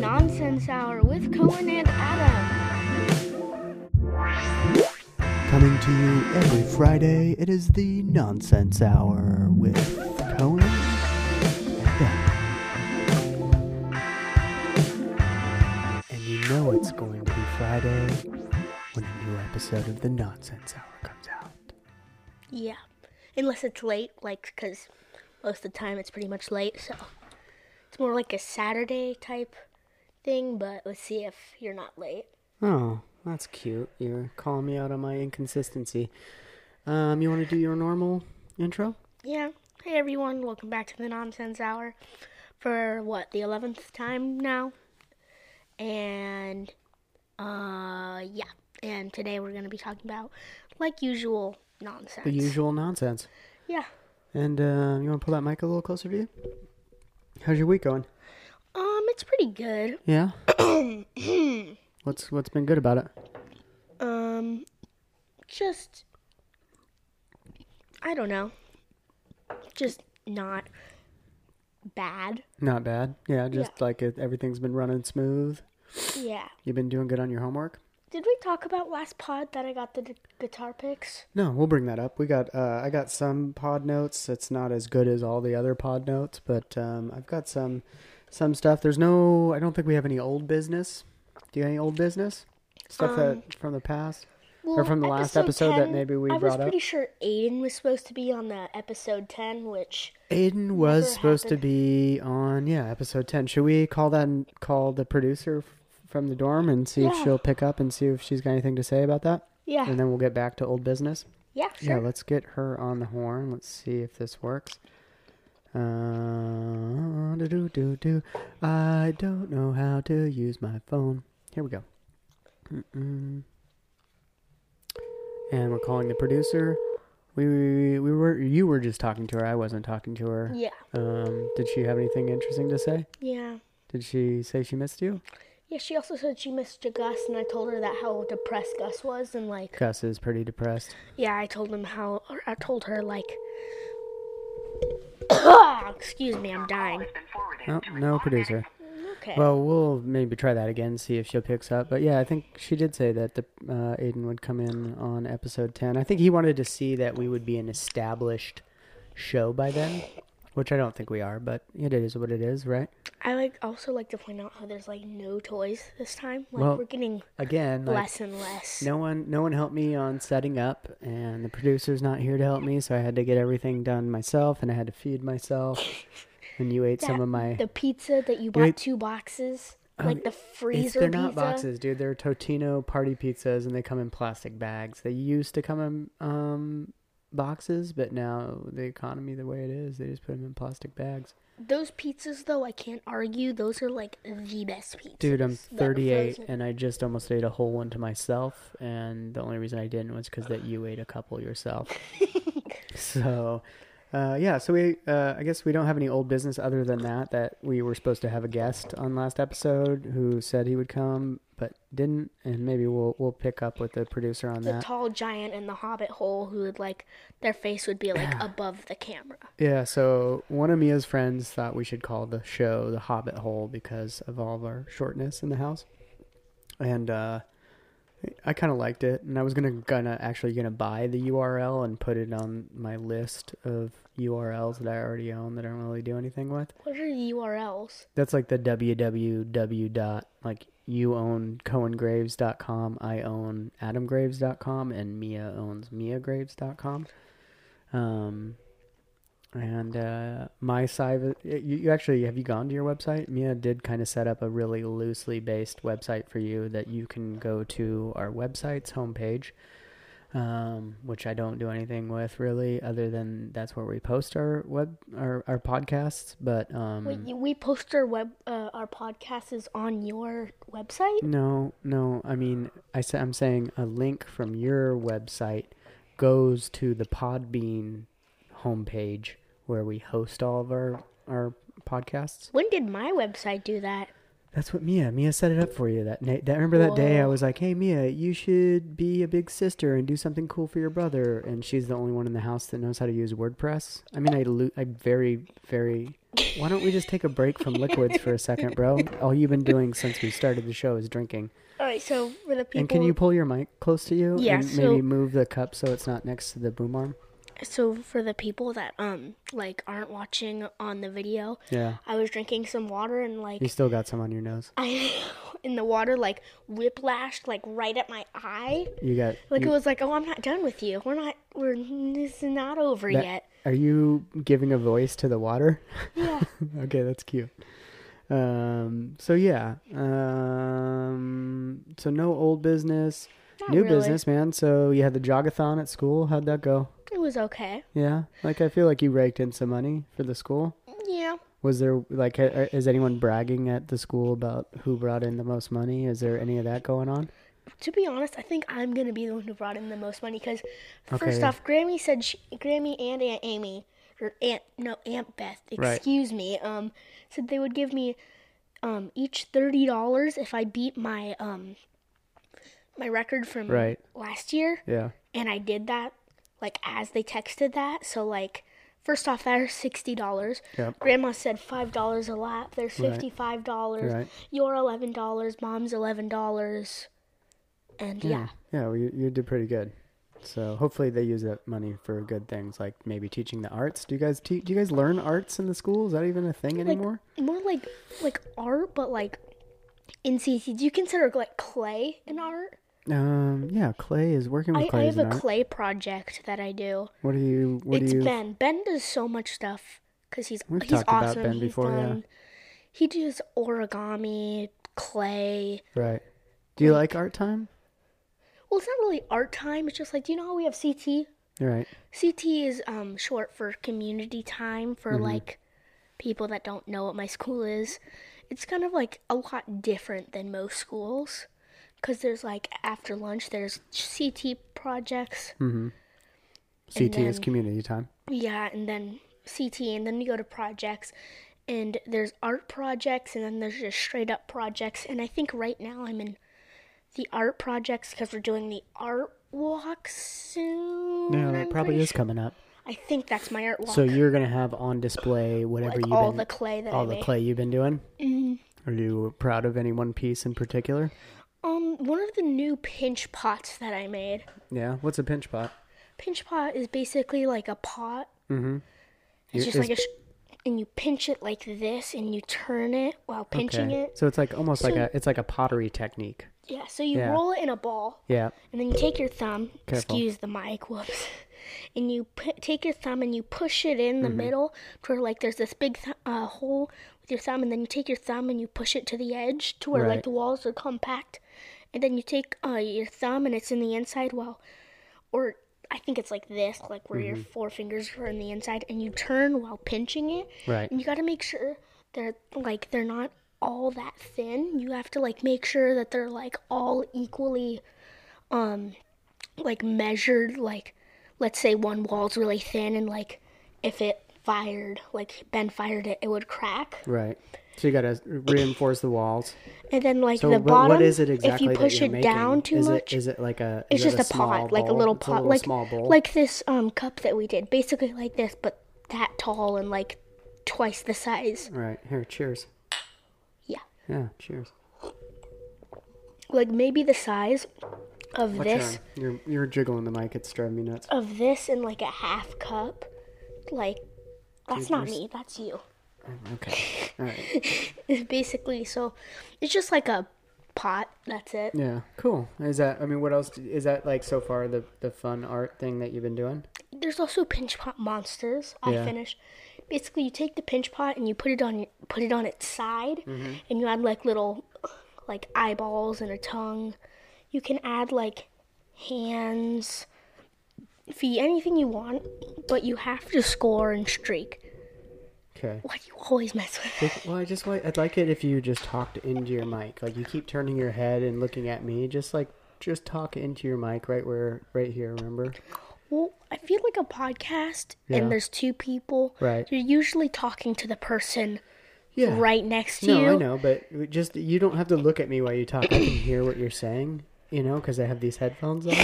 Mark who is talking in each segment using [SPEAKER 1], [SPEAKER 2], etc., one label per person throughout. [SPEAKER 1] Guidance Hour with Cohen and Adam.
[SPEAKER 2] Coming to you every Friday, it is the Nonsense Hour with Cohen and Beth. And you know it's going to be Friday when a new episode of the Nonsense Hour comes out.
[SPEAKER 3] Yeah. Unless it's late, like, because most of the time it's pretty much late, so it's more like a Saturday type thing, but let's see if you're not late.
[SPEAKER 2] Oh, that's cute. You're calling me out on my inconsistency. Um, you want to do your normal intro?
[SPEAKER 3] Yeah. Hey, everyone. Welcome back to the Nonsense Hour for what, the 11th time now? And, uh, yeah. And today we're going to be talking about, like usual, nonsense.
[SPEAKER 2] The usual nonsense.
[SPEAKER 3] Yeah.
[SPEAKER 2] And uh, you want to pull that mic a little closer to you? How's your week going?
[SPEAKER 3] Um, it's pretty good.
[SPEAKER 2] Yeah. what's what's been good about it?
[SPEAKER 3] Um, just I don't know. Just not bad.
[SPEAKER 2] Not bad. Yeah, just like it, everything's been running smooth.
[SPEAKER 3] Yeah.
[SPEAKER 2] You've been doing good on your homework.
[SPEAKER 3] Did we talk about last pod that I got the d- guitar picks?
[SPEAKER 2] No, we'll bring that up. We got uh, I got some pod notes. It's not as good as all the other pod notes, but um, I've got some some stuff. There's no. I don't think we have any old business. Do you have any old business stuff that from the past? Or from the last episode that maybe we
[SPEAKER 3] I
[SPEAKER 2] brought
[SPEAKER 3] was
[SPEAKER 2] up?
[SPEAKER 3] pretty sure Aiden was supposed to be on the episode 10, which
[SPEAKER 2] Aiden was
[SPEAKER 3] never
[SPEAKER 2] supposed
[SPEAKER 3] happened.
[SPEAKER 2] to be on yeah episode ten. Should we call that and call the producer f- from the dorm and see if
[SPEAKER 3] Yeah.
[SPEAKER 2] she'll pick up and see if she's got anything to say about that?
[SPEAKER 3] yeah.
[SPEAKER 2] And then we'll get back to old business.
[SPEAKER 3] yeah,
[SPEAKER 2] Yeah,
[SPEAKER 3] sure.
[SPEAKER 2] let's get her on the horn. Let's see if this works. Uh, do do do. I don't know how to use my phone. Here we go. Mm-mm. And we're calling the producer. We, we we were you were just talking to her. I wasn't talking to her.
[SPEAKER 3] Yeah.
[SPEAKER 2] Um, did she have anything interesting to say?
[SPEAKER 3] Yeah.
[SPEAKER 2] Did she say she missed you?
[SPEAKER 3] Yeah, she also said she missed Gus, and I told her that how depressed Gus was, and like,
[SPEAKER 2] Gus is pretty depressed.
[SPEAKER 3] Yeah, I told him how. Or I told her like. Excuse me, I'm dying.
[SPEAKER 2] Oh, no producer.
[SPEAKER 3] Okay.
[SPEAKER 2] Well, we'll maybe try that again, see if she picks up. But yeah, I think she did say that the uh, Aiden would come in on episode ten. I think he wanted to see that we would be an established show by then, which I don't think we are. But it is what it is, right?
[SPEAKER 3] I like also like to point out how there's like no toys this time. Like
[SPEAKER 2] Well,
[SPEAKER 3] we're getting
[SPEAKER 2] Again, like,
[SPEAKER 3] less and less.
[SPEAKER 2] no one, no one helped me on setting up, and the producer's not here to help me, so I had to get everything done myself, and I had to feed myself. And you ate some
[SPEAKER 3] That-
[SPEAKER 2] of my.
[SPEAKER 3] The pizza that you
[SPEAKER 2] Wait. Um,
[SPEAKER 3] bought two boxes, like the freezer
[SPEAKER 2] It's, they're
[SPEAKER 3] pizza.
[SPEAKER 2] not boxes, dude. They're Totino party pizzas, and they come in plastic bags. They used to come in um, boxes, but now the economy, the way it is, they just put them in plastic bags.
[SPEAKER 3] Those pizzas though, I can't argue. Those are like the best pizzas.
[SPEAKER 2] Dude, I'm
[SPEAKER 3] that are
[SPEAKER 2] 38,
[SPEAKER 3] frozen.
[SPEAKER 2] and I just almost ate a whole one to myself, and the only reason I didn't was because that you ate a couple yourself. so, uh, yeah. So we, uh, I guess we don't have any old business other than that. That we were supposed to have a guest on last episode who said he would come but didn't, and maybe we'll we'll pick up with the producer on
[SPEAKER 3] The
[SPEAKER 2] that.
[SPEAKER 3] tall giant in the hobbit hole who would like their face would be like above the camera.
[SPEAKER 2] Yeah, so one of Mia's friends thought we should call the show The Hobbit Hole because of all of our shortness in the house. And uh I kind of liked it and I was going to gonna actually going to buy the URL and put it on my list of URLs that I already own that I don't really do anything with.
[SPEAKER 3] What are the URLs?
[SPEAKER 2] That's like the www dot like you own cohengraves.com, I own adamgraves.com and Mia owns miagraves.com. Um and uh my side you, you actually have you gone to your website? Mia did kind of set up a really loosely based website for you that you can go to our website's homepage um, which I don't do anything with really, other than that's where we post our web our, our podcasts. But um,
[SPEAKER 3] Wait, you- we post our web uh, our podcast is on your website.
[SPEAKER 2] No, no. I mean, I sa- I'm saying a link from your website goes to the Podbean homepage where we host all of our our podcasts.
[SPEAKER 3] When did my website do that?
[SPEAKER 2] That's what Mia. Mia set it up for you that night. That remember that day I
[SPEAKER 3] Whoa.
[SPEAKER 2] was like, "Hey Mia, you should be a big sister and do something cool for your brother." And she's the only one in the house that knows how to use WordPress. I mean, I lo- I very very. Why don't we just take a break from liquids for a second, bro? All you've been doing since we started the show is drinking.
[SPEAKER 3] All right, so for the people,
[SPEAKER 2] And can you pull your mic close to you
[SPEAKER 3] Yeah,
[SPEAKER 2] and
[SPEAKER 3] so-
[SPEAKER 2] maybe move the cup so it's not next to the boom arm?
[SPEAKER 3] so for the people that um like aren't watching on the video,
[SPEAKER 2] Yeah.
[SPEAKER 3] I was drinking some water and like
[SPEAKER 2] You still got some on your nose.
[SPEAKER 3] I in the water like whiplashed like right at my eye.
[SPEAKER 2] You got
[SPEAKER 3] Like
[SPEAKER 2] you-
[SPEAKER 3] it was like, oh, I'm not done with you. We're not. We're this is not over
[SPEAKER 2] That-
[SPEAKER 3] yet.
[SPEAKER 2] Are you giving a voice to the water?
[SPEAKER 3] Yeah.
[SPEAKER 2] okay, that's cute. Um, so yeah. Um, so no old business,
[SPEAKER 3] Not
[SPEAKER 2] new
[SPEAKER 3] really.
[SPEAKER 2] business, man. So you had the jogathon at school. How'd that go?
[SPEAKER 3] It was okay.
[SPEAKER 2] Yeah, like I feel like you raked in some money for the school.
[SPEAKER 3] Yeah.
[SPEAKER 2] Was there like a- is anyone bragging at the school about who brought in the most money? Is there any of that going on?
[SPEAKER 3] To be honest, I think I'm gonna be the one who brought in the most money because
[SPEAKER 2] Okay.
[SPEAKER 3] first off, Grammy said she, Grammy and Aunt Amy or Aunt no Aunt Beth,
[SPEAKER 2] Right.
[SPEAKER 3] excuse me, um, said they would give me um each thirty dollars if I beat my um my record from
[SPEAKER 2] Right.
[SPEAKER 3] last year.
[SPEAKER 2] Yeah.
[SPEAKER 3] and I did that like as they texted that. So like first off there's sixty dollars.
[SPEAKER 2] Yep.
[SPEAKER 3] Grandma said five dollars a lap, there's
[SPEAKER 2] Right.
[SPEAKER 3] fifty five dollars,
[SPEAKER 2] Right.
[SPEAKER 3] your eleven dollars, mom's eleven dollars. And yeah.
[SPEAKER 2] Yeah, well, you, you did pretty good. So hopefully they use that money for good things, like maybe teaching the arts. Do you guys te- do you guys learn arts in the school? Is that even a thing anymore?
[SPEAKER 3] More like like art, but like in CC, do you consider like clay an art?
[SPEAKER 2] Um, yeah, clay is working with
[SPEAKER 3] I, I
[SPEAKER 2] clay. is
[SPEAKER 3] have a
[SPEAKER 2] an art.
[SPEAKER 3] clay project that I do.
[SPEAKER 2] What do you? What
[SPEAKER 3] it's
[SPEAKER 2] do you?
[SPEAKER 3] Ben. Ben does so much stuff because he's
[SPEAKER 2] We've
[SPEAKER 3] he's
[SPEAKER 2] talked about
[SPEAKER 3] awesome.
[SPEAKER 2] Ben
[SPEAKER 3] he's
[SPEAKER 2] before, yeah.
[SPEAKER 3] done. He does origami, clay.
[SPEAKER 2] Right. Do you like art time?
[SPEAKER 3] Well, it's not really art time. It's just like, do you know how we have CT?
[SPEAKER 2] You're right.
[SPEAKER 3] CT is um, short for community time for
[SPEAKER 2] Mm-hmm.
[SPEAKER 3] like people that don't know what my school is. It's kind of like a lot different than most schools because there's like after lunch, there's CT projects.
[SPEAKER 2] Hmm. CT is
[SPEAKER 3] then-
[SPEAKER 2] community time.
[SPEAKER 3] Yeah, and then CT, and then you go to projects, and there's art projects, and then there's just straight up projects. And I think right now I'm in the art projects because we're doing the art walk soon.
[SPEAKER 2] Yeah,
[SPEAKER 3] I'm
[SPEAKER 2] that probably
[SPEAKER 3] pretty
[SPEAKER 2] is
[SPEAKER 3] su-
[SPEAKER 2] coming up.
[SPEAKER 3] I think that's my art walk.
[SPEAKER 2] So you're gonna have on display whatever
[SPEAKER 3] like
[SPEAKER 2] you've
[SPEAKER 3] all
[SPEAKER 2] been
[SPEAKER 3] the Mm. clay that
[SPEAKER 2] all
[SPEAKER 3] I
[SPEAKER 2] the
[SPEAKER 3] made.
[SPEAKER 2] clay you've been doing. Are you proud of any one piece in particular?
[SPEAKER 3] Um, one of the new pinch pots that I made.
[SPEAKER 2] Yeah. What's a pinch pot?
[SPEAKER 3] Pinch pot is basically like a pot. It's
[SPEAKER 2] You-
[SPEAKER 3] just
[SPEAKER 2] Mm-hmm. is-
[SPEAKER 3] like a, sh- and you pinch it like this, and you turn it while pinching
[SPEAKER 2] Okay.
[SPEAKER 3] it.
[SPEAKER 2] So it's like almost like
[SPEAKER 3] So-
[SPEAKER 2] a it's like a pottery technique.
[SPEAKER 3] Yeah, so you
[SPEAKER 2] Yeah.
[SPEAKER 3] roll it in a ball.
[SPEAKER 2] Yeah.
[SPEAKER 3] And then you take your thumb,
[SPEAKER 2] Careful.
[SPEAKER 3] excuse the mic, whoops. And you pu- take your thumb and you push it in the
[SPEAKER 2] Mm-hmm.
[SPEAKER 3] middle to where like there's this big th- uh, hole with your thumb, and then you take your thumb and you push it to the edge to where
[SPEAKER 2] Right.
[SPEAKER 3] like the walls are compact. And then you take uh, your thumb and it's in the inside while, or I think it's like this, like where
[SPEAKER 2] Mm-hmm.
[SPEAKER 3] your four fingers are in the inside, and you turn while pinching it.
[SPEAKER 2] Right.
[SPEAKER 3] And you got to make sure they're like they're not all that thin. You have to like make sure that they're like all equally um, like measured like let's say one wall's really thin and like if it fired like Ben fired it it would crack.
[SPEAKER 2] Right. So you got to reinforce the walls.
[SPEAKER 3] And then like
[SPEAKER 2] So
[SPEAKER 3] the
[SPEAKER 2] wh-
[SPEAKER 3] bottom
[SPEAKER 2] what is it exactly
[SPEAKER 3] if you
[SPEAKER 2] that
[SPEAKER 3] push
[SPEAKER 2] you're
[SPEAKER 3] it
[SPEAKER 2] making?
[SPEAKER 3] down too
[SPEAKER 2] is
[SPEAKER 3] much
[SPEAKER 2] It, is it like a?
[SPEAKER 3] it's
[SPEAKER 2] is it
[SPEAKER 3] just a,
[SPEAKER 2] small
[SPEAKER 3] pot, like a
[SPEAKER 2] bowl?
[SPEAKER 3] little
[SPEAKER 2] It's
[SPEAKER 3] pot like
[SPEAKER 2] small bowl.
[SPEAKER 3] like this um cup that we did. Basically like this but that tall and like twice the size.
[SPEAKER 2] Right here. Cheers.
[SPEAKER 3] Yeah.
[SPEAKER 2] Yeah. Cheers.
[SPEAKER 3] Like maybe the size of
[SPEAKER 2] Watch
[SPEAKER 3] this
[SPEAKER 2] your arm. You're you're jiggling the mic. It's driving me nuts.
[SPEAKER 3] of this in like a half cup. Like that's not
[SPEAKER 2] yours-
[SPEAKER 3] me, that's you. Oh.
[SPEAKER 2] Okay. All right.
[SPEAKER 3] basically so it's just like a pot that's it
[SPEAKER 2] Yeah. Cool. Is that? I mean, what else? d- Is that like so far the the fun art thing that you've been doing?
[SPEAKER 3] there's also pinch pot monsters i
[SPEAKER 2] Yeah.
[SPEAKER 3] finished basically you take the pinch pot and you put it on put it on its side
[SPEAKER 2] Mm-hmm.
[SPEAKER 3] and you add like little like eyeballs and a tongue you can add like hands feet anything you want but you have to score and streak
[SPEAKER 2] Okay.
[SPEAKER 3] why do you always mess with
[SPEAKER 2] Well, I just like I'd like it if you just talked into your mic. Like you keep turning your head and looking at me. Just like just talk into your mic right where right here. Remember?
[SPEAKER 3] well i feel like a podcast
[SPEAKER 2] Yeah.
[SPEAKER 3] and there's two people
[SPEAKER 2] Right.
[SPEAKER 3] you're usually talking to the person
[SPEAKER 2] Yeah.
[SPEAKER 3] right next to
[SPEAKER 2] No,
[SPEAKER 3] you.
[SPEAKER 2] I know, but just you don't have to look at me while you talk. I can hear what you're saying, you know, because I have these headphones on,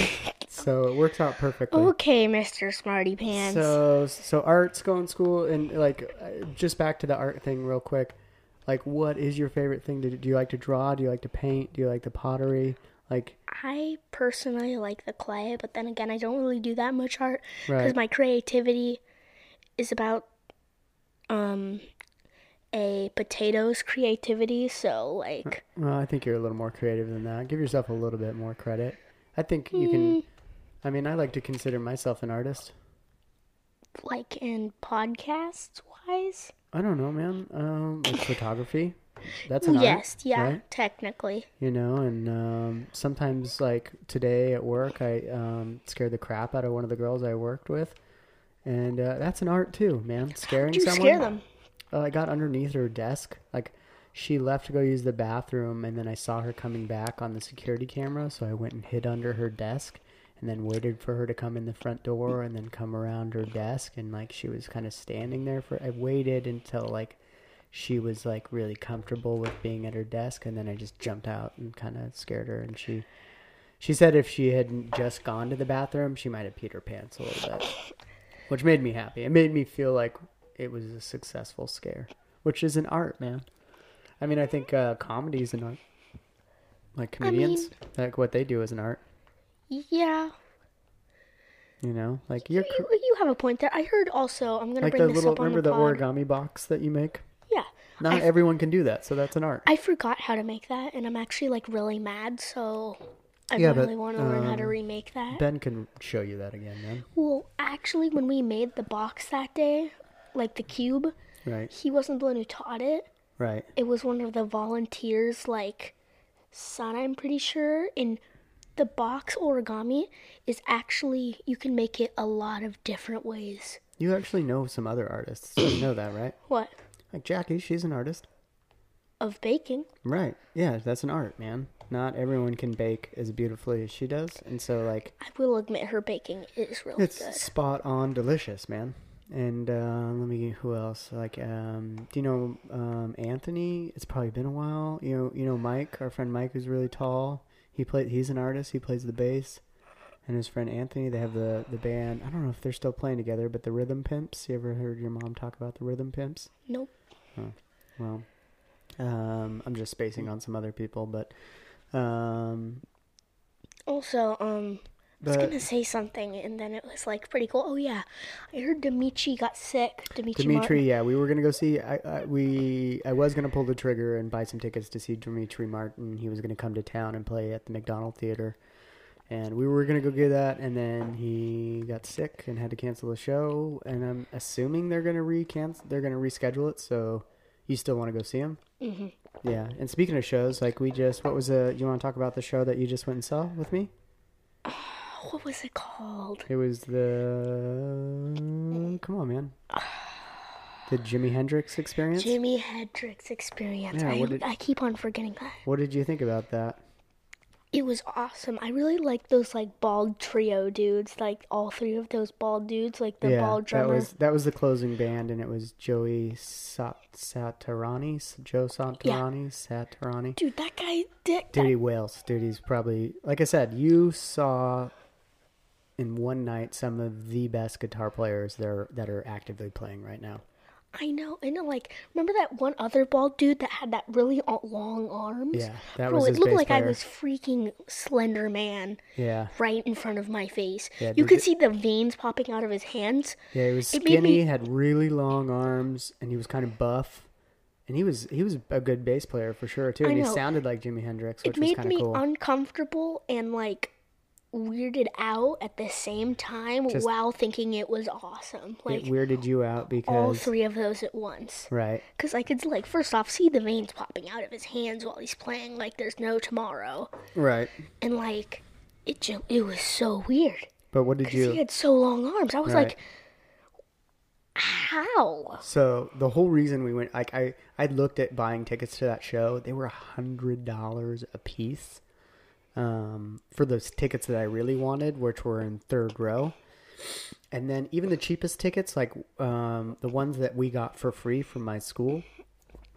[SPEAKER 2] so it works out perfectly.
[SPEAKER 3] Okay, Mr. Smarty Pants.
[SPEAKER 2] So, so art's going to school, and like, uh, just back to the art thing real quick. Like, what is your favorite thing to do? Do you like to draw? Do you like to paint? Do you like the pottery? Like,
[SPEAKER 3] I personally like the clay, but then again, I don't really do that much art because
[SPEAKER 2] right?
[SPEAKER 3] my creativity is about um a potato's creativity. So like,
[SPEAKER 2] Well, I think you're a little more creative than that. Give yourself a little bit more credit. I think you
[SPEAKER 3] Hmm.
[SPEAKER 2] can. I mean, I like to consider myself an artist.
[SPEAKER 3] like in podcasts wise,
[SPEAKER 2] I don't know, man. Um, like photography. That's an art.
[SPEAKER 3] yes, yeah,
[SPEAKER 2] right?
[SPEAKER 3] technically.
[SPEAKER 2] you know and um, sometimes like today at work i um, scared the crap out of one of the girls i worked with and uh, that's an art too man scaring
[SPEAKER 3] Did you
[SPEAKER 2] someone
[SPEAKER 3] scare them?
[SPEAKER 2] Uh, i got underneath her desk like she left to go use the bathroom and then i saw her coming back on the security camera so i went and hid under her desk and then waited for her to come in the front door and then come around her desk and like she was kind of standing there for i waited until like she was like really comfortable with being at her desk and then i just jumped out and kind of scared her and she she said if she hadn't just gone to the bathroom she might have peed her pants a little bit which made me happy it made me feel like it was a successful scare which is an art man i mean i think uh, comedy is an art like
[SPEAKER 3] I mean-
[SPEAKER 2] comedians like what they do is an art
[SPEAKER 3] Yeah,
[SPEAKER 2] you know like you're cr-
[SPEAKER 3] you, you have a point there. I heard also. I'm gonna
[SPEAKER 2] like
[SPEAKER 3] bring
[SPEAKER 2] the
[SPEAKER 3] this
[SPEAKER 2] little
[SPEAKER 3] up on
[SPEAKER 2] remember the,
[SPEAKER 3] the pod.
[SPEAKER 2] origami box that you make
[SPEAKER 3] Yeah,
[SPEAKER 2] not
[SPEAKER 3] I've-
[SPEAKER 2] everyone can do that so that's an art
[SPEAKER 3] I forgot how to make that, and I'm actually like really mad. So I
[SPEAKER 2] Yeah, but,
[SPEAKER 3] really want to learn how to
[SPEAKER 2] um,
[SPEAKER 3] remake that.
[SPEAKER 2] ben can show you that again man
[SPEAKER 3] Well, actually, when we made the box that day, like the cube,
[SPEAKER 2] right
[SPEAKER 3] he wasn't the one who taught it.
[SPEAKER 2] right
[SPEAKER 3] It was one of the volunteers, like son, I'm pretty sure. And the box origami is actually, you can make it a lot of different ways.
[SPEAKER 2] You actually know some other artists. You know that, right?
[SPEAKER 3] What?
[SPEAKER 2] Like Jackie, she's an artist.
[SPEAKER 3] Of baking.
[SPEAKER 2] Right. Yeah, that's an art, man. Not everyone can bake as beautifully as she does. And so, like,
[SPEAKER 3] I will admit her baking is really
[SPEAKER 2] it's
[SPEAKER 3] good.
[SPEAKER 2] spot on delicious, man. And uh, let me, who else? Like, um, do you know um, Anthony? It's probably been a while. You know, you know Mike, our friend Mike, who's really tall. He played. He's an artist. He plays the bass. And his friend Anthony, they have the the band. I don't know if they're still playing together, but the Rhythm Pimps. You ever heard your mom talk about the Rhythm Pimps?
[SPEAKER 3] Nope.
[SPEAKER 2] Well, um, I'm just spacing on some other people, but um,
[SPEAKER 3] Also, um, I was
[SPEAKER 2] but
[SPEAKER 3] gonna say something, and then it was like pretty cool. Oh yeah, I heard Dimitri got sick. Dimitri. Martin.
[SPEAKER 2] Dimitri, yeah, we were gonna go see. I, I we I was gonna pull the trigger and buy some tickets to see Dimitri Martin. He was gonna come to town and play at the McDonald Theater, and we were gonna go get that. And then he got sick and had to cancel the show. And I'm assuming they're gonna recancel. They're gonna reschedule it. So you still want to go see him? Mm-hmm. Yeah. And speaking of shows, like we just what was a you want to talk about the show that you just went and saw with me?
[SPEAKER 3] Oh, What was it called?
[SPEAKER 2] It was the come on, man. The Jimi Hendrix experience.
[SPEAKER 3] Jimi Hendrix Experience.
[SPEAKER 2] Yeah,
[SPEAKER 3] I,
[SPEAKER 2] what did-
[SPEAKER 3] I keep on forgetting that.
[SPEAKER 2] What did you think about that?
[SPEAKER 3] It was awesome. I really like those like bald trio dudes, like all three of those bald dudes, like the bald
[SPEAKER 2] that
[SPEAKER 3] drummer.
[SPEAKER 2] was that was the closing band, and it was Joey Sat- Satirani, S- Joe Satirani, Satirani.
[SPEAKER 3] Dude, that guy did.
[SPEAKER 2] Dude, he wails. Dude, he's probably like I said. You saw in one night some of the best guitar players there that are actively playing right now.
[SPEAKER 3] I know. I know. Like, remember that one other bald dude that had that really a- long arms?
[SPEAKER 2] Yeah, that
[SPEAKER 3] Bro,
[SPEAKER 2] was
[SPEAKER 3] it
[SPEAKER 2] his
[SPEAKER 3] looked
[SPEAKER 2] bass
[SPEAKER 3] like I
[SPEAKER 2] player.
[SPEAKER 3] was freaking Slender Man
[SPEAKER 2] Yeah,
[SPEAKER 3] right in front of my face.
[SPEAKER 2] Yeah,
[SPEAKER 3] you
[SPEAKER 2] dude,
[SPEAKER 3] could
[SPEAKER 2] it-
[SPEAKER 3] see the veins popping out of his hands.
[SPEAKER 2] Yeah, he was
[SPEAKER 3] It made
[SPEAKER 2] skinny,
[SPEAKER 3] me-
[SPEAKER 2] had really long arms, and he was kind of buff. And he was he was a good bass player for sure too.
[SPEAKER 3] I
[SPEAKER 2] And he
[SPEAKER 3] know.
[SPEAKER 2] sounded like Jimi Hendrix, which
[SPEAKER 3] it
[SPEAKER 2] was
[SPEAKER 3] made
[SPEAKER 2] kind
[SPEAKER 3] me
[SPEAKER 2] of cool.
[SPEAKER 3] uncomfortable and like weirded out at the same time
[SPEAKER 2] Just-
[SPEAKER 3] while thinking it was awesome
[SPEAKER 2] it
[SPEAKER 3] like
[SPEAKER 2] weirded you out
[SPEAKER 3] all
[SPEAKER 2] because
[SPEAKER 3] three of those at once
[SPEAKER 2] right,
[SPEAKER 3] because i could like first off see the veins popping out of his hands while he's playing like there's no tomorrow
[SPEAKER 2] right.
[SPEAKER 3] and like it ju- it was so weird
[SPEAKER 2] But what did
[SPEAKER 3] because
[SPEAKER 2] you?
[SPEAKER 3] he had so long arms i was
[SPEAKER 2] Right.
[SPEAKER 3] like how
[SPEAKER 2] So the whole reason we went, like I, I looked at buying tickets to that show. They were a hundred dollars a piece, um, for those tickets that I really wanted, which were in third row. And then even the cheapest tickets, like um, the ones that we got for free from my school,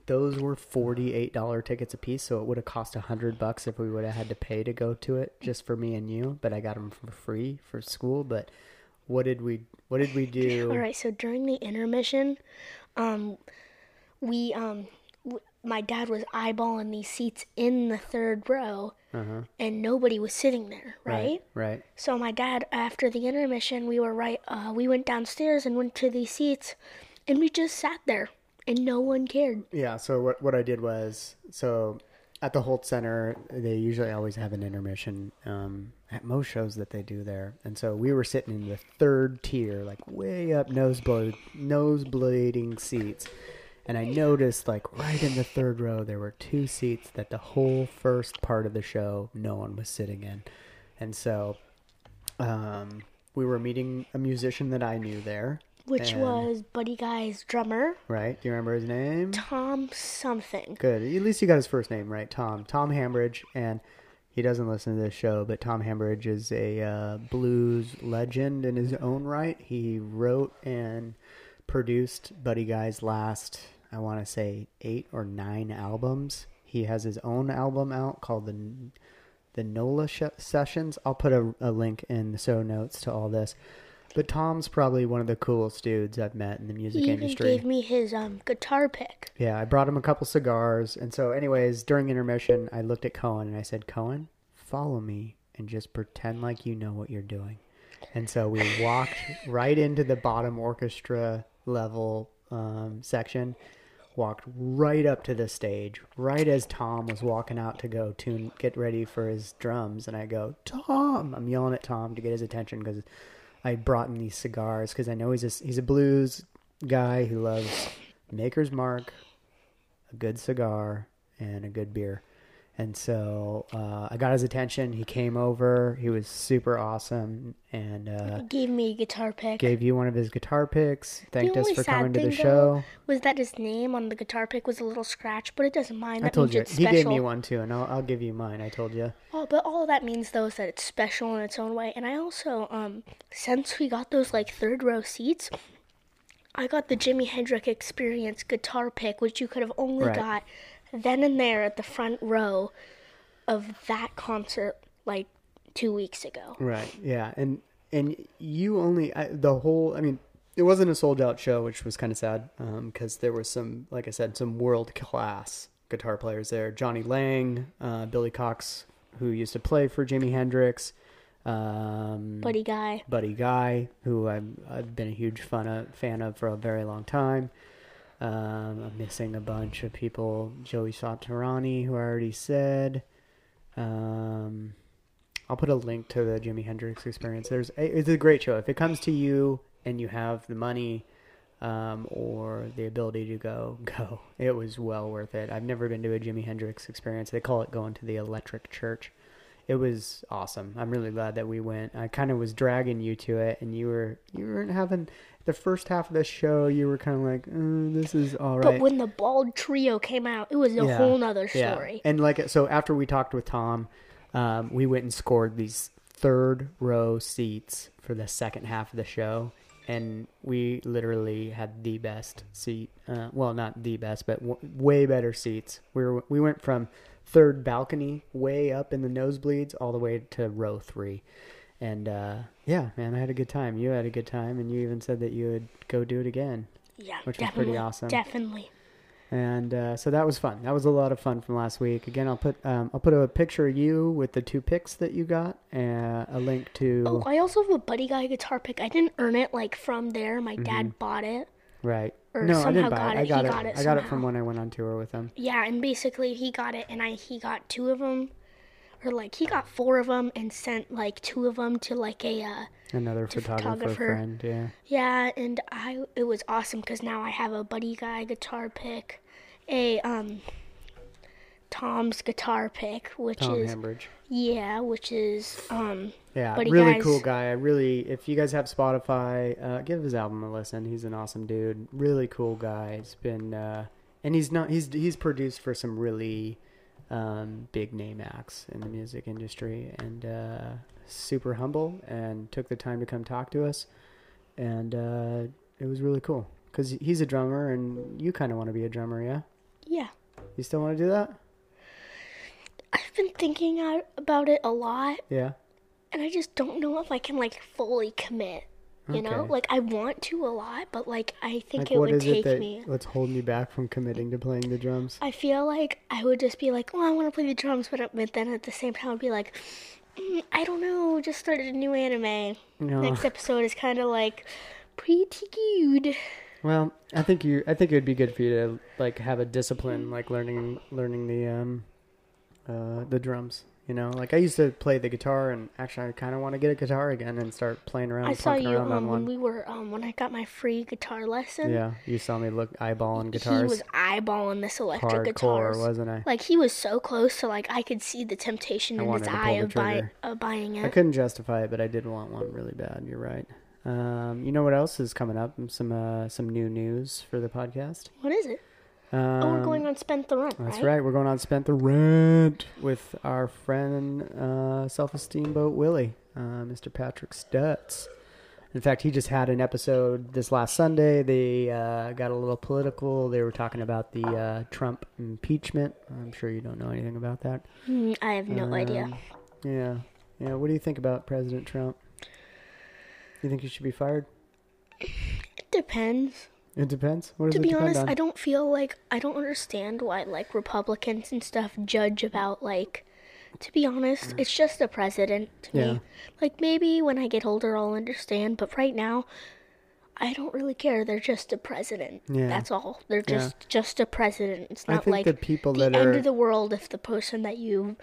[SPEAKER 2] those were $48 tickets apiece, so it would have cost 100 bucks if we would have had to pay to go to it just for me and you, but I got them for free for school, but what did we what did we do?
[SPEAKER 3] All right, so during the intermission, um, we um, w- my dad was eyeballing these seats in the third row, and nobody was sitting there, right?
[SPEAKER 2] Uh-huh. Right.
[SPEAKER 3] So my dad, after the intermission, we were right. Uh, we went downstairs and went to these seats, and we just sat there, and no one cared.
[SPEAKER 2] Yeah, so what what I did was so at the Holt Center, they usually always have an intermission um, at most shows that they do there, and so we were sitting in the third tier, like way up nosebleed, nosebleeding seats, and I noticed like right in the third row there were two seats that the whole first part of the show no one was sitting in, and so um, we were meeting a musician that I knew there,
[SPEAKER 3] Which
[SPEAKER 2] and-
[SPEAKER 3] was Buddy Guy's drummer,
[SPEAKER 2] right. Do you remember his name?
[SPEAKER 3] Tom something.
[SPEAKER 2] Good. At least you got his first name right, Tom. Tom Hambridge, and he doesn't listen to this show, but Tom Hambridge is a uh, blues legend in his own right. He wrote and produced Buddy Guy's last, I want to say, eight or nine albums. He has his own album out called the the NOLA sh- sessions. I'll put a, a link in the show notes to all this. But Tom's probably one of the coolest dudes I've met in the music
[SPEAKER 3] He even
[SPEAKER 2] industry.
[SPEAKER 3] gave me his um, guitar pick.
[SPEAKER 2] Yeah, I brought him a couple cigars. And so, anyways, during intermission, I looked at Cohen and I said, Cohen, follow me and just pretend like you know what you're doing. And so we walked right into the bottom orchestra level um, section, walked right up to the stage, right as Tom was walking out to go tune, get ready for his drums. And I go, Tom! I'm yelling at Tom to get his attention because I brought him these cigars because I know he's a, he's a blues guy who loves Maker's Mark, a good cigar, and a good beer. And so uh, I got his attention. He came over. He was super awesome and uh,
[SPEAKER 3] He gave me a guitar pick.
[SPEAKER 2] gave you one of his guitar picks. Thanked
[SPEAKER 3] the
[SPEAKER 2] us
[SPEAKER 3] only
[SPEAKER 2] for
[SPEAKER 3] sad
[SPEAKER 2] coming to
[SPEAKER 3] thing
[SPEAKER 2] the
[SPEAKER 3] though,
[SPEAKER 2] show.
[SPEAKER 3] was that his name on the guitar pick was a little scratch, but it doesn't mind.
[SPEAKER 2] I
[SPEAKER 3] That
[SPEAKER 2] told
[SPEAKER 3] means
[SPEAKER 2] you
[SPEAKER 3] it's
[SPEAKER 2] he
[SPEAKER 3] special.
[SPEAKER 2] gave me one too, and I'll, I'll give you mine. I told you.
[SPEAKER 3] Oh, but all that means though is that it's special in its own way. And I also, um, since we got those like third row seats, I got the Jimi Hendrix Experience guitar pick, which you could have only
[SPEAKER 2] Right.
[SPEAKER 3] got then and there at the front row of that concert, like two weeks ago.
[SPEAKER 2] Right. Yeah, and and you only I, the whole. I mean, it wasn't a sold out show, which was kind of sad because there was some, like I said, some world class guitar players there. Johnny Lang, uh, Billy Cox, who used to play for Jimi Hendrix. Um,
[SPEAKER 3] Buddy guy,
[SPEAKER 2] Buddy Guy, who I'm, I've been a huge fun of, fan of for a very long time. Um, I'm missing a bunch of people. Joey Satirani, who I already said. Um, I'll put a link to the Jimi Hendrix Experience. There's it's a great show. If it comes to you and you have the money um, or the ability to go, go. It was well worth it. I've never been to a Jimi Hendrix Experience. They call it going to the Electric Church. It was awesome. I'm really glad that we went. I kind of was dragging you to it, and you were you weren't having the first half of the show. You were kind of like, mm, this is all right.
[SPEAKER 3] but when the Bald Trio came out, it was a
[SPEAKER 2] Yeah.
[SPEAKER 3] whole nother
[SPEAKER 2] Yeah.
[SPEAKER 3] story.
[SPEAKER 2] And like so, after we talked with Tom, um, we went and scored these third row seats for the second half of the show, and we literally had the best seat. Uh, well, not the best, but w- way better seats. We were we went from third balcony way up in the nosebleeds all the way to row three. And uh, yeah, man, I had a good time. You had a good time, and you even said that you would go do it again.
[SPEAKER 3] Yeah,
[SPEAKER 2] Which was pretty
[SPEAKER 3] definitely,
[SPEAKER 2] awesome.
[SPEAKER 3] Definitely.
[SPEAKER 2] And uh, so that was fun. That was a lot of fun from last week. Again, I'll put um, I'll put a picture of you with the two picks that you got, and a link to
[SPEAKER 3] Oh, I also have a Buddy Guy guitar pick. I didn't earn it like from there. My dad bought it.
[SPEAKER 2] right.
[SPEAKER 3] or
[SPEAKER 2] No, I
[SPEAKER 3] somehow
[SPEAKER 2] didn't buy
[SPEAKER 3] got
[SPEAKER 2] it.
[SPEAKER 3] it.
[SPEAKER 2] I
[SPEAKER 3] He
[SPEAKER 2] got it.
[SPEAKER 3] got it
[SPEAKER 2] I got it from
[SPEAKER 3] somehow.
[SPEAKER 2] when I went on tour with them.
[SPEAKER 3] Yeah, and basically he got it, and I he got two of them, or like he got four of them, and sent like two of them to like a uh,
[SPEAKER 2] Another photographer,
[SPEAKER 3] photographer.
[SPEAKER 2] friend. Yeah.
[SPEAKER 3] yeah, and I it was awesome because now I have a Buddy Guy guitar pick, a um Tom's guitar pick, which
[SPEAKER 2] Tom
[SPEAKER 3] is
[SPEAKER 2] Hambridge.
[SPEAKER 3] yeah, which is um
[SPEAKER 2] Yeah,
[SPEAKER 3] Buddy
[SPEAKER 2] really
[SPEAKER 3] Guy's-
[SPEAKER 2] cool guy. I really, if you guys have Spotify, uh, give his album a listen. He's an awesome dude. Really cool guy. It's been, uh, and he's not. He's he's produced for some really um, big name acts in the music industry, and uh, super humble, and took the time to come talk to us, and uh, it was really cool because he's a drummer, and you kind of want to be a drummer, yeah.
[SPEAKER 3] Yeah.
[SPEAKER 2] You still want to do that?
[SPEAKER 3] I've been thinking out about it a lot,
[SPEAKER 2] Yeah.
[SPEAKER 3] and I just don't know if I can like fully commit. You know,
[SPEAKER 2] Okay.
[SPEAKER 3] like I want to a lot, but like I think
[SPEAKER 2] Like,
[SPEAKER 3] it
[SPEAKER 2] what
[SPEAKER 3] would
[SPEAKER 2] is it
[SPEAKER 3] take
[SPEAKER 2] that
[SPEAKER 3] me.
[SPEAKER 2] that's holding you back from committing to playing the drums?
[SPEAKER 3] I feel like I would just be like, "Oh, I want to play the drums," but, but then at the same time, I'd be like, mm, "I don't know. Just started a new anime.
[SPEAKER 2] No.
[SPEAKER 3] Next episode is kind of like pretty good."
[SPEAKER 2] Well, I think you. I think it would be good for you to like have a discipline, like learning learning the um, uh, the drums. You know, like I used to play the guitar, and actually, I kind of want to get a guitar again and start playing around.
[SPEAKER 3] I saw
[SPEAKER 2] plunking
[SPEAKER 3] you
[SPEAKER 2] around on
[SPEAKER 3] um, when
[SPEAKER 2] one.
[SPEAKER 3] we were um, when I got my free guitar lesson.
[SPEAKER 2] yeah, you saw me look eyeballing guitars.
[SPEAKER 3] He was eyeballing this electric
[SPEAKER 2] Hardcore,
[SPEAKER 3] guitars.
[SPEAKER 2] wasn't I?
[SPEAKER 3] Like he was so close to like I could see the temptation in
[SPEAKER 2] wanted
[SPEAKER 3] his
[SPEAKER 2] to pull
[SPEAKER 3] eye
[SPEAKER 2] the
[SPEAKER 3] of, buy,
[SPEAKER 2] trigger.
[SPEAKER 3] of buying
[SPEAKER 2] I
[SPEAKER 3] it.
[SPEAKER 2] couldn't justify it, but I did want one really bad. You're right. Um, you know what else is coming up? Some uh, some new news for the podcast.
[SPEAKER 3] What is it?
[SPEAKER 2] Um,
[SPEAKER 3] Oh, we're going on spend the rent.
[SPEAKER 2] That's right. We're going on spent the rent with our friend, uh, self-esteem boat Willie, uh, Mr. Patrick Stutz. In fact, he just had an episode this last Sunday. They uh, got a little political. They were talking about the uh, Trump impeachment. I'm sure you don't know anything about that.
[SPEAKER 3] Mm, I have no idea.
[SPEAKER 2] Um, Yeah, yeah. What do you think about President Trump? You think he should be fired?
[SPEAKER 3] It depends.
[SPEAKER 2] It depends. What does
[SPEAKER 3] To
[SPEAKER 2] it
[SPEAKER 3] be
[SPEAKER 2] depend
[SPEAKER 3] honest,
[SPEAKER 2] on?
[SPEAKER 3] I don't feel like I don't understand why like Republicans and stuff judge about like. To be honest, it's just a president to
[SPEAKER 2] Yeah.
[SPEAKER 3] me. Like maybe when I get older, I'll understand. But right now, I don't really care. They're just a president.
[SPEAKER 2] Yeah.
[SPEAKER 3] That's all. They're
[SPEAKER 2] Yeah.
[SPEAKER 3] just just a president. It's
[SPEAKER 2] I
[SPEAKER 3] not
[SPEAKER 2] think
[SPEAKER 3] like
[SPEAKER 2] the people that
[SPEAKER 3] end
[SPEAKER 2] are-
[SPEAKER 3] of the world if the person that you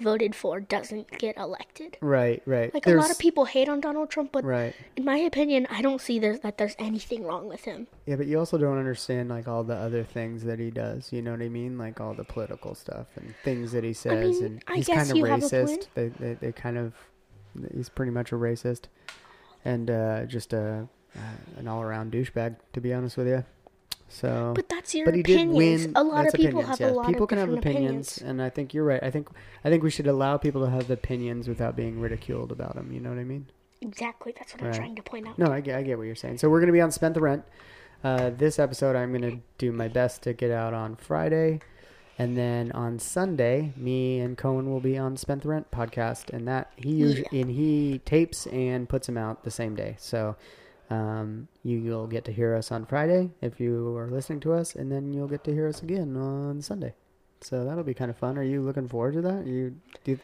[SPEAKER 3] voted for doesn't get elected.
[SPEAKER 2] right, right.
[SPEAKER 3] Like a lot of people hate on Donald Trump, but
[SPEAKER 2] Right.
[SPEAKER 3] in my opinion, I don't see there's, that there's anything wrong with him.
[SPEAKER 2] Yeah, but you also don't understand like all the other things that he does. You know what I mean? Like all the political stuff and things that he says.
[SPEAKER 3] mean,
[SPEAKER 2] and
[SPEAKER 3] I
[SPEAKER 2] he's
[SPEAKER 3] guess
[SPEAKER 2] kind of
[SPEAKER 3] you have a
[SPEAKER 2] racist.
[SPEAKER 3] point.
[SPEAKER 2] They, they they kind of he's pretty much a racist and uh, just a uh, an all around douchebag, to be honest with you. So,
[SPEAKER 3] But that's your
[SPEAKER 2] but he did
[SPEAKER 3] opinions.
[SPEAKER 2] win.
[SPEAKER 3] A lot
[SPEAKER 2] That's
[SPEAKER 3] of people
[SPEAKER 2] opinions,
[SPEAKER 3] have
[SPEAKER 2] yeah.
[SPEAKER 3] a lot
[SPEAKER 2] people
[SPEAKER 3] of
[SPEAKER 2] can have
[SPEAKER 3] different
[SPEAKER 2] opinions, and I think you're right. I think I think we should allow people to have opinions without being ridiculed about them. You know what I mean?
[SPEAKER 3] Exactly. That's what
[SPEAKER 2] Right.
[SPEAKER 3] I'm trying to point out.
[SPEAKER 2] No, I get, I get what you're saying. So we're going to be on Spent the Rent. Uh, this episode, I'm going to do my best to get out on Friday. And then on Sunday, me and Cohen will be on Spent the Rent podcast, and that he usually, and he tapes and puts them out the same day. So um, you, you'll get to hear us on Friday if you are listening to us, and then you'll get to hear us again on Sunday. So that'll be kind of fun. Are you looking forward to that? You do you,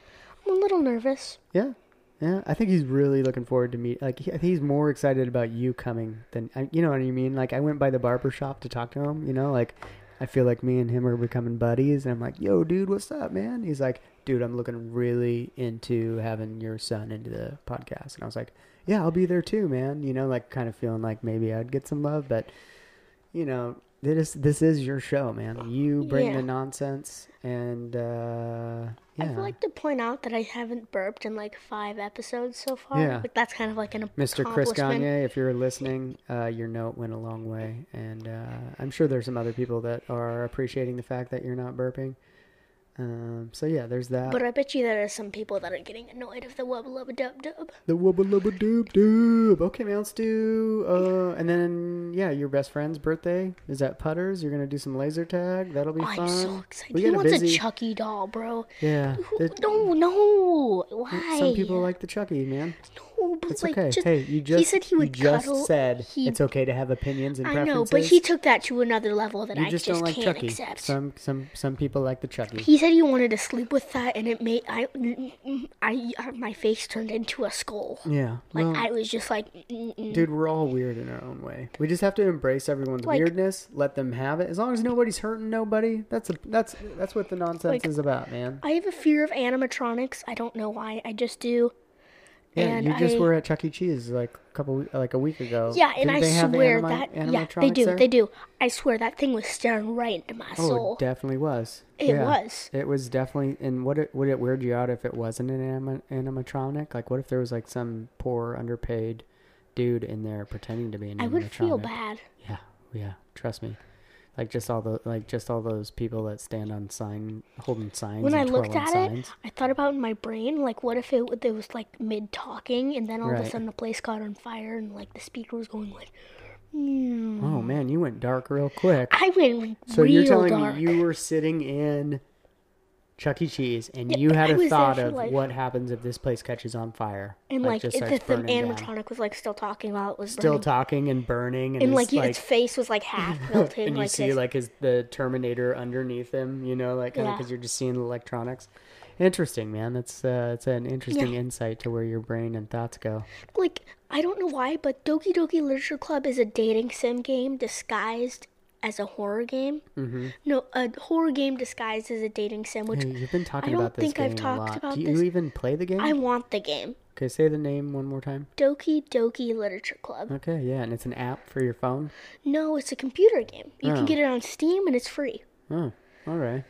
[SPEAKER 3] I'm a little nervous.
[SPEAKER 2] yeah, yeah. I think he's really looking forward to meet. Like, he, I think he's more excited about you coming than I- you know what I mean. Like, I went by the barber shop to talk to him. You know, like I feel like me and him are becoming buddies, and I'm like, "Yo, dude, what's up, man?" He's like, "Dude, I'm looking really into having your son into the podcast," and I was like, "Yeah, I'll be there too, man." You know, like kind of feeling like maybe I'd get some love, but you know. This this is your show, man. You bring
[SPEAKER 3] Yeah.
[SPEAKER 2] the nonsense, and uh, yeah.
[SPEAKER 3] I'd like to point out that I haven't burped in like five episodes so far.
[SPEAKER 2] Yeah.
[SPEAKER 3] Like that's kind of like an
[SPEAKER 2] Mr. Chris
[SPEAKER 3] accomplishment.
[SPEAKER 2] Gagne, if you're listening, uh, your note went a long way, and uh, I'm sure there's some other people that are appreciating the fact that you're not burping. Um, so yeah, there's that.
[SPEAKER 3] But I bet you there are some people that are getting annoyed of the wubba lubba dub dub.
[SPEAKER 2] the wubba lubba doob doob. Okay, man, let's do. Uh, and then yeah, your best friend's birthday is at Putters. You're gonna do some laser tag. That'll be fun.
[SPEAKER 3] Oh, I'm so excited.
[SPEAKER 2] We
[SPEAKER 3] he
[SPEAKER 2] got a
[SPEAKER 3] wants
[SPEAKER 2] busy.
[SPEAKER 3] a Chucky doll, bro.
[SPEAKER 2] yeah. there-
[SPEAKER 3] No, no. Why?
[SPEAKER 2] Some people like the Chucky man.
[SPEAKER 3] No, but
[SPEAKER 2] It's
[SPEAKER 3] like,
[SPEAKER 2] okay.
[SPEAKER 3] just,
[SPEAKER 2] hey, you just
[SPEAKER 3] he said he would
[SPEAKER 2] you just
[SPEAKER 3] cuddle.
[SPEAKER 2] said
[SPEAKER 3] he,
[SPEAKER 2] it's okay to have opinions and
[SPEAKER 3] I
[SPEAKER 2] preferences.
[SPEAKER 3] know, but he took that to another level that
[SPEAKER 2] You
[SPEAKER 3] I
[SPEAKER 2] just,
[SPEAKER 3] just,
[SPEAKER 2] don't like
[SPEAKER 3] can't
[SPEAKER 2] Chucky.
[SPEAKER 3] accept.
[SPEAKER 2] Some some some people like the Chucky.
[SPEAKER 3] He said he wanted to sleep with that, and it made I, I, I my face turned into a skull.
[SPEAKER 2] yeah.
[SPEAKER 3] Like
[SPEAKER 2] well,
[SPEAKER 3] I was just like, Mm-mm.
[SPEAKER 2] dude, we're all weird in our own way. We just have to embrace everyone's
[SPEAKER 3] Like-
[SPEAKER 2] weirdness, let them have it. As long as nobody's hurting nobody, that's a that's that's what the nonsense
[SPEAKER 3] Like-
[SPEAKER 2] is about, man.
[SPEAKER 3] I have a fear of animatronics. I don't know why. I just do.
[SPEAKER 2] Yeah,
[SPEAKER 3] and
[SPEAKER 2] you just
[SPEAKER 3] I-
[SPEAKER 2] were at Chuck E. Cheese like a couple we- like a week ago.
[SPEAKER 3] Yeah, and
[SPEAKER 2] Didn't
[SPEAKER 3] I
[SPEAKER 2] they have
[SPEAKER 3] swear
[SPEAKER 2] anima-
[SPEAKER 3] that yeah, they
[SPEAKER 2] animatronics
[SPEAKER 3] do,
[SPEAKER 2] there?
[SPEAKER 3] they do. I swear that thing was staring right into my
[SPEAKER 2] Oh,
[SPEAKER 3] soul.
[SPEAKER 2] it definitely was.
[SPEAKER 3] It was.
[SPEAKER 2] It was definitely. And what it, would it weird you out if it wasn't an anima, animatronic? Like, what if there was like some poor underpaid dude in there pretending to be an
[SPEAKER 3] I
[SPEAKER 2] animatronic?
[SPEAKER 3] would feel bad.
[SPEAKER 2] Yeah, yeah. Trust me. Like just all the like just all those people that stand on sign holding signs.
[SPEAKER 3] When I
[SPEAKER 2] and
[SPEAKER 3] looked
[SPEAKER 2] twirling
[SPEAKER 3] at
[SPEAKER 2] signs.
[SPEAKER 3] it, I thought about in my brain, like, what if it, w- it was like mid talking, and then all of
[SPEAKER 2] Right.
[SPEAKER 3] a sudden the place caught on fire, and like the speaker was going like, Hmm.
[SPEAKER 2] Oh man, you went dark real quick.
[SPEAKER 3] I went
[SPEAKER 2] So
[SPEAKER 3] real
[SPEAKER 2] you're telling
[SPEAKER 3] dark.
[SPEAKER 2] me you were sitting in Chuck E. Cheese and
[SPEAKER 3] Yeah,
[SPEAKER 2] you had
[SPEAKER 3] I was
[SPEAKER 2] a
[SPEAKER 3] there
[SPEAKER 2] thought
[SPEAKER 3] for,
[SPEAKER 2] of
[SPEAKER 3] like-
[SPEAKER 2] what happens if this place catches on fire
[SPEAKER 3] and like,
[SPEAKER 2] just
[SPEAKER 3] it, the,
[SPEAKER 2] starts
[SPEAKER 3] the
[SPEAKER 2] burning down.
[SPEAKER 3] animatronic was like still talking while it was
[SPEAKER 2] still
[SPEAKER 3] burning.
[SPEAKER 2] talking and burning and,
[SPEAKER 3] and like,
[SPEAKER 2] it's like,
[SPEAKER 3] its face was like half melted.
[SPEAKER 2] and you
[SPEAKER 3] like
[SPEAKER 2] see
[SPEAKER 3] this.
[SPEAKER 2] like is the Terminator underneath him, you know, like kind of
[SPEAKER 3] Yeah.
[SPEAKER 2] because you're just seeing the electronics. Interesting, man. That's uh, it's an interesting insight to where your brain and thoughts go.
[SPEAKER 3] like I don't know why, but Doki Doki Literature Club is a dating sim game disguised as a horror game. Mm-hmm. No, a horror game disguised as a dating sim, which
[SPEAKER 2] Hey, you've been talking
[SPEAKER 3] don't
[SPEAKER 2] about this
[SPEAKER 3] think
[SPEAKER 2] game
[SPEAKER 3] I've
[SPEAKER 2] a
[SPEAKER 3] talked
[SPEAKER 2] lot.
[SPEAKER 3] about
[SPEAKER 2] Do you
[SPEAKER 3] this.
[SPEAKER 2] even play the game?
[SPEAKER 3] I want the game.
[SPEAKER 2] Okay, say the name one more time.
[SPEAKER 3] Doki Doki Literature Club.
[SPEAKER 2] Okay, yeah, and it's an app for your phone.
[SPEAKER 3] No, it's a computer game. You
[SPEAKER 2] Oh.
[SPEAKER 3] can get it on Steam and it's free.
[SPEAKER 2] Oh, all right.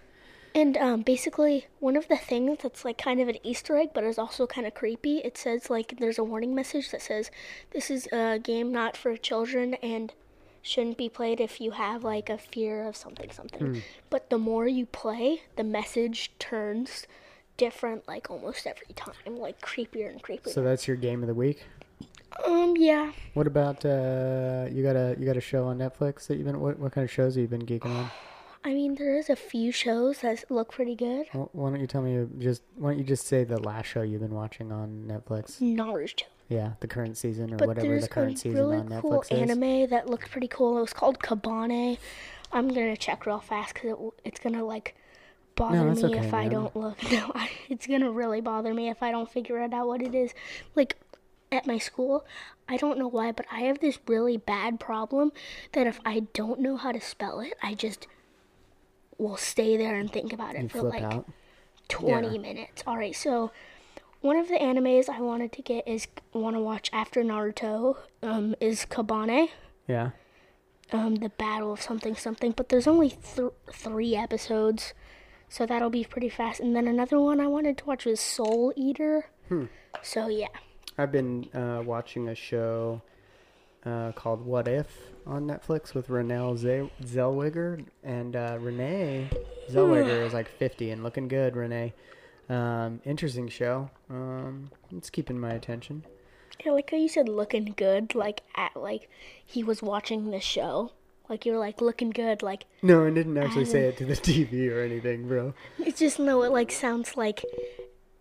[SPEAKER 3] And um, basically, one of the things that's like kind of an Easter egg, but is also kind of creepy. It says like there's a warning message that says this is a game not for children and shouldn't be played if you have like a fear of something something. But the more you play, the message turns different like almost every time, like creepier and creepier.
[SPEAKER 2] So that's your game of the week.
[SPEAKER 3] um, yeah.
[SPEAKER 2] What about uh, you got a you got a show on Netflix that you've been what, what kind of shows have you been geeking on?
[SPEAKER 3] I mean, there is a few shows that look pretty good.
[SPEAKER 2] Well, why don't you tell me uh, just why don't you just say the last show you've been watching on Netflix?
[SPEAKER 3] Naruto.
[SPEAKER 2] Yeah, the current season or
[SPEAKER 3] But
[SPEAKER 2] whatever
[SPEAKER 3] there's
[SPEAKER 2] the current
[SPEAKER 3] a
[SPEAKER 2] season
[SPEAKER 3] really
[SPEAKER 2] on
[SPEAKER 3] cool
[SPEAKER 2] Netflix is.
[SPEAKER 3] anime that looked pretty cool. It was called Kabane. I'm gonna check real fast because it, w- it's gonna like bother
[SPEAKER 2] that's
[SPEAKER 3] me
[SPEAKER 2] okay,
[SPEAKER 3] if I
[SPEAKER 2] man.
[SPEAKER 3] don't look. No, I, it's gonna really bother me if I don't figure it out what it is. Like at my school, I don't know why, but I have this really bad problem that if I don't know how to spell it, I just will stay there and think about it
[SPEAKER 2] You
[SPEAKER 3] for
[SPEAKER 2] flip
[SPEAKER 3] like
[SPEAKER 2] out.
[SPEAKER 3] 20
[SPEAKER 2] Yeah.
[SPEAKER 3] minutes. All right, so one of the animes I wanted to get is want to watch after Naruto um, is Kabane,
[SPEAKER 2] Yeah.
[SPEAKER 3] um, the battle of something something. But there's only th- three episodes, so that'll be pretty fast. And then another one I wanted to watch was Soul Eater. So yeah,
[SPEAKER 2] I've been uh, watching a show uh, called What If on Netflix with Renee Ze- Zellweger. And uh, Renee Zellweger is like 50 and looking good, Renee. Um, interesting show. Um, it's keeping my attention.
[SPEAKER 3] I like how you said looking good, like at like he was watching the show. Like you were like looking good, like
[SPEAKER 2] No, I didn't actually say it to the TV or anything, bro.
[SPEAKER 3] It's just no. It like sounds like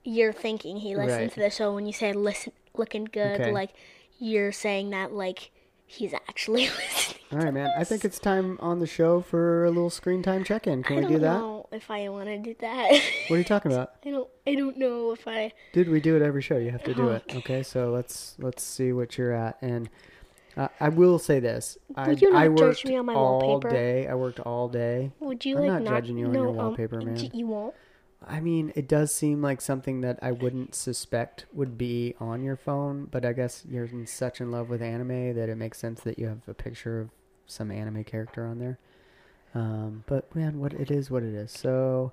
[SPEAKER 3] you're thinking he listens
[SPEAKER 2] Right.
[SPEAKER 3] to the show when you say listen, looking good.
[SPEAKER 2] Okay.
[SPEAKER 3] Like you're saying that like he's actually listening.
[SPEAKER 2] All right, man. I think it's time on the show for a little screen time check in. Can
[SPEAKER 3] I
[SPEAKER 2] we
[SPEAKER 3] don't
[SPEAKER 2] do that?
[SPEAKER 3] know if I want to do that.
[SPEAKER 2] What are you talking about?
[SPEAKER 3] I don't. I don't know if I.
[SPEAKER 2] Dude, we do it every show. You have to do it.
[SPEAKER 3] Oh.
[SPEAKER 2] Okay, so let's let's see what you're at. And uh, I will say this: I,
[SPEAKER 3] Would you
[SPEAKER 2] I
[SPEAKER 3] not judge
[SPEAKER 2] worked
[SPEAKER 3] me on my
[SPEAKER 2] all
[SPEAKER 3] wallpaper?
[SPEAKER 2] day. I worked all day.
[SPEAKER 3] Would you
[SPEAKER 2] I'm
[SPEAKER 3] like
[SPEAKER 2] not judging you on
[SPEAKER 3] no,
[SPEAKER 2] your
[SPEAKER 3] um,
[SPEAKER 2] wallpaper, man.
[SPEAKER 3] d- You won't.
[SPEAKER 2] I mean, it does seem like something that I wouldn't suspect would be on your phone, but I guess you're in such in love with anime that it makes sense that you have a picture of some anime character on there. Um, but man, what it is, what it is. So,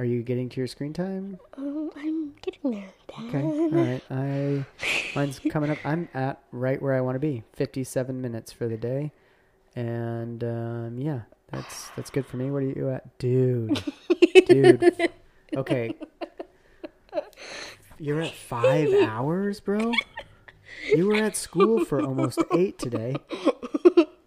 [SPEAKER 2] are you getting to your screen time?
[SPEAKER 3] Um, I'm getting there. Dad.
[SPEAKER 2] Okay. All right. I mine's coming up. I'm at right where I want to be. Fifty-seven minutes for the day, and um, yeah, that's that's good for me. What are you at, dude? dude. Okay. You're at five hours, bro. You were at school for almost eight today.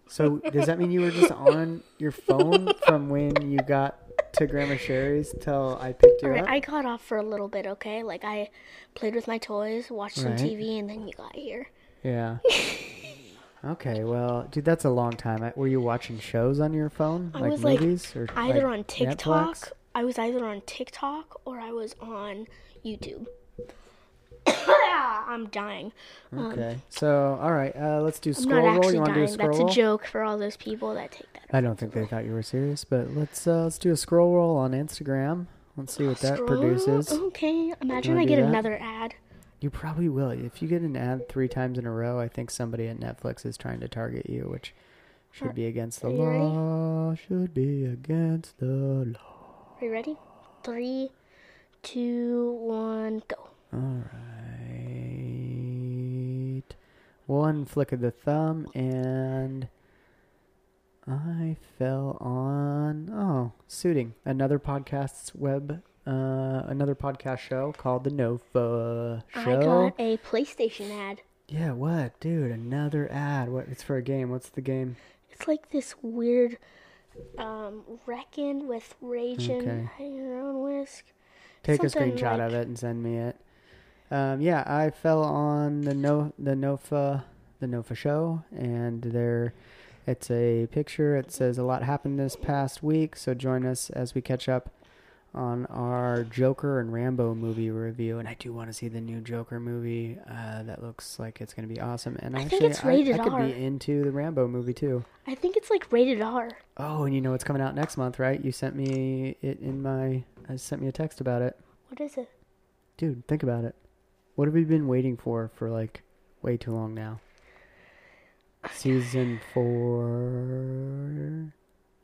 [SPEAKER 2] So does that mean you were just on your phone from when you got to Grandma Sherry's till I picked you
[SPEAKER 3] All right,
[SPEAKER 2] up?
[SPEAKER 3] I got off for a little bit, okay? Like I played with my toys, watched some
[SPEAKER 2] Right.
[SPEAKER 3] TV, and then you got here.
[SPEAKER 2] Yeah. okay, well, dude, that's a long time. I- Were you watching shows on your phone,
[SPEAKER 3] I
[SPEAKER 2] like
[SPEAKER 3] was, like,
[SPEAKER 2] movies, or
[SPEAKER 3] either
[SPEAKER 2] like
[SPEAKER 3] on TikTok.
[SPEAKER 2] Netflix?
[SPEAKER 3] I was either on TikTok or I was on YouTube. I'm dying.
[SPEAKER 2] Okay, so all right, uh, let's do
[SPEAKER 3] um, I'm
[SPEAKER 2] scroll
[SPEAKER 3] not
[SPEAKER 2] roll.
[SPEAKER 3] actually
[SPEAKER 2] You want to do a
[SPEAKER 3] dying.
[SPEAKER 2] scroll
[SPEAKER 3] That's
[SPEAKER 2] roll?
[SPEAKER 3] a joke for all those people that take that.
[SPEAKER 2] I don't think they thought you were serious, but let's uh, let's do a scroll roll on Instagram. Let's see what that
[SPEAKER 3] Scroll.
[SPEAKER 2] produces.
[SPEAKER 3] Okay. Imagine
[SPEAKER 2] wanna
[SPEAKER 3] I
[SPEAKER 2] do
[SPEAKER 3] get
[SPEAKER 2] that?
[SPEAKER 3] another ad.
[SPEAKER 2] You probably will if you get an ad three times in a row. I think somebody at Netflix is trying to target you, which should be against the
[SPEAKER 3] are you ready?
[SPEAKER 2] law. Should be against the law.
[SPEAKER 3] Are you ready? Three, two, one, go.
[SPEAKER 2] All right. One flick of the thumb, and I fell on oh suiting another podcast's web, uh, another podcast show called the Nova Show.
[SPEAKER 3] I got a PlayStation ad.
[SPEAKER 2] Yeah, what, dude? Another ad. What? It's for a game. What's the game?
[SPEAKER 3] It's like this weird um reckon with raging
[SPEAKER 2] Okay.
[SPEAKER 3] your own whisk.
[SPEAKER 2] Take
[SPEAKER 3] Something
[SPEAKER 2] a screenshot of
[SPEAKER 3] like-
[SPEAKER 2] it and send me it. Um, yeah, I fell on the no the Nofa the Nofa show, and there, it's a picture. It says a lot happened this past week, so join us as we catch up on our Joker and Rambo movie review. And I do want to see the new Joker movie. Uh, that looks like it's going to be awesome. And
[SPEAKER 3] I think
[SPEAKER 2] actually,
[SPEAKER 3] it's rated
[SPEAKER 2] I, I could
[SPEAKER 3] R.
[SPEAKER 2] be into the Rambo movie too.
[SPEAKER 3] I think it's like rated R.
[SPEAKER 2] Oh, and you know what's coming out next month, right? You sent me it in my uh, sent me a text about it.
[SPEAKER 3] What is it?
[SPEAKER 2] Dude, think about it. What have we been waiting for for like way too long now? Season four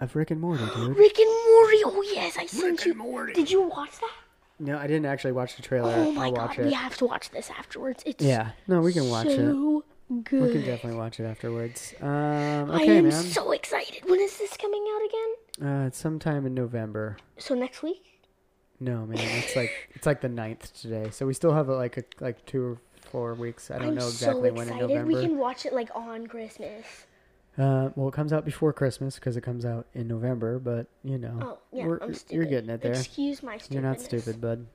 [SPEAKER 2] of Rick and Morty, dude.
[SPEAKER 3] Rick and Morty. Oh yes, I sent you. Did you watch that?
[SPEAKER 2] No, I didn't actually watch the trailer.
[SPEAKER 3] Oh
[SPEAKER 2] I'll
[SPEAKER 3] my
[SPEAKER 2] Uh, watch
[SPEAKER 3] god,
[SPEAKER 2] it.
[SPEAKER 3] we
[SPEAKER 2] Yeah.
[SPEAKER 3] have to watch this afterwards. It's
[SPEAKER 2] no, we can watch it.
[SPEAKER 3] so good.
[SPEAKER 2] We can definitely watch it afterwards. Um,
[SPEAKER 3] I
[SPEAKER 2] okay,
[SPEAKER 3] am
[SPEAKER 2] man.
[SPEAKER 3] so excited. When is this coming out again?
[SPEAKER 2] Uh, it's sometime in November.
[SPEAKER 3] So next week?
[SPEAKER 2] No, man, it's like it's like the 9th today, so we still have like a, like two or four weeks. I don't
[SPEAKER 3] I'm
[SPEAKER 2] know exactly
[SPEAKER 3] so
[SPEAKER 2] when in
[SPEAKER 3] excited.
[SPEAKER 2] November.
[SPEAKER 3] We can watch it like on Christmas.
[SPEAKER 2] Uh, well, it comes out before Christmas because it comes out in November, but you know,
[SPEAKER 3] Oh yeah,
[SPEAKER 2] we're-
[SPEAKER 3] I'm stupid.
[SPEAKER 2] you're getting it there.
[SPEAKER 3] Excuse my stupidness.
[SPEAKER 2] You're not stupid, bud.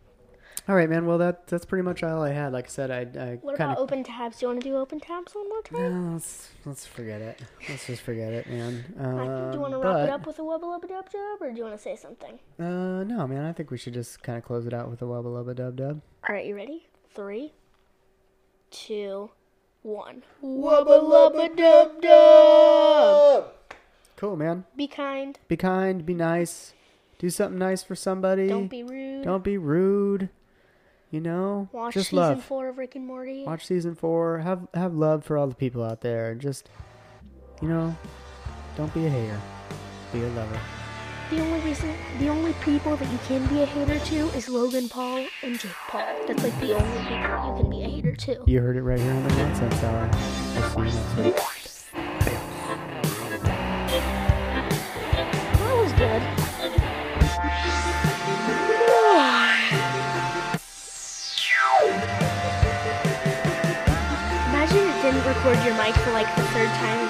[SPEAKER 2] All right, man. Well, that that's pretty much all I had. Like I said, I, I
[SPEAKER 3] What
[SPEAKER 2] kind
[SPEAKER 3] about
[SPEAKER 2] of
[SPEAKER 3] open tabs? Do you want to do open tabs one more time?
[SPEAKER 2] let's let's forget it. Let's just forget it, man.
[SPEAKER 3] I think- do you
[SPEAKER 2] Um,
[SPEAKER 3] want to wrap
[SPEAKER 2] but
[SPEAKER 3] it up with a wubba lubba dub dub, or do you want to say something?
[SPEAKER 2] uh, no, man. I think we should just kind of close it out with a wubba lubba dub dub.
[SPEAKER 3] All right, you ready? Three, two, one.
[SPEAKER 2] Cool, man.
[SPEAKER 3] Be kind.
[SPEAKER 2] Be kind. Be nice. Do something nice for somebody.
[SPEAKER 3] Don't be rude.
[SPEAKER 2] Don't be rude. You know,
[SPEAKER 3] Watch
[SPEAKER 2] just
[SPEAKER 3] season
[SPEAKER 2] love.
[SPEAKER 3] four of Rick and Morty.
[SPEAKER 2] watch season four. Have have love for all the people out there, and just you know, don't be a hater, be a lover.
[SPEAKER 3] The only reason, the only people that you can be a hater to is Logan Paul and Jake Paul. That's like the only people you can be a hater to.
[SPEAKER 2] You heard it right here on the Nonsense Hour. We'll see you next week.
[SPEAKER 3] That was good. Imagine it didn't record your mic for like the third time in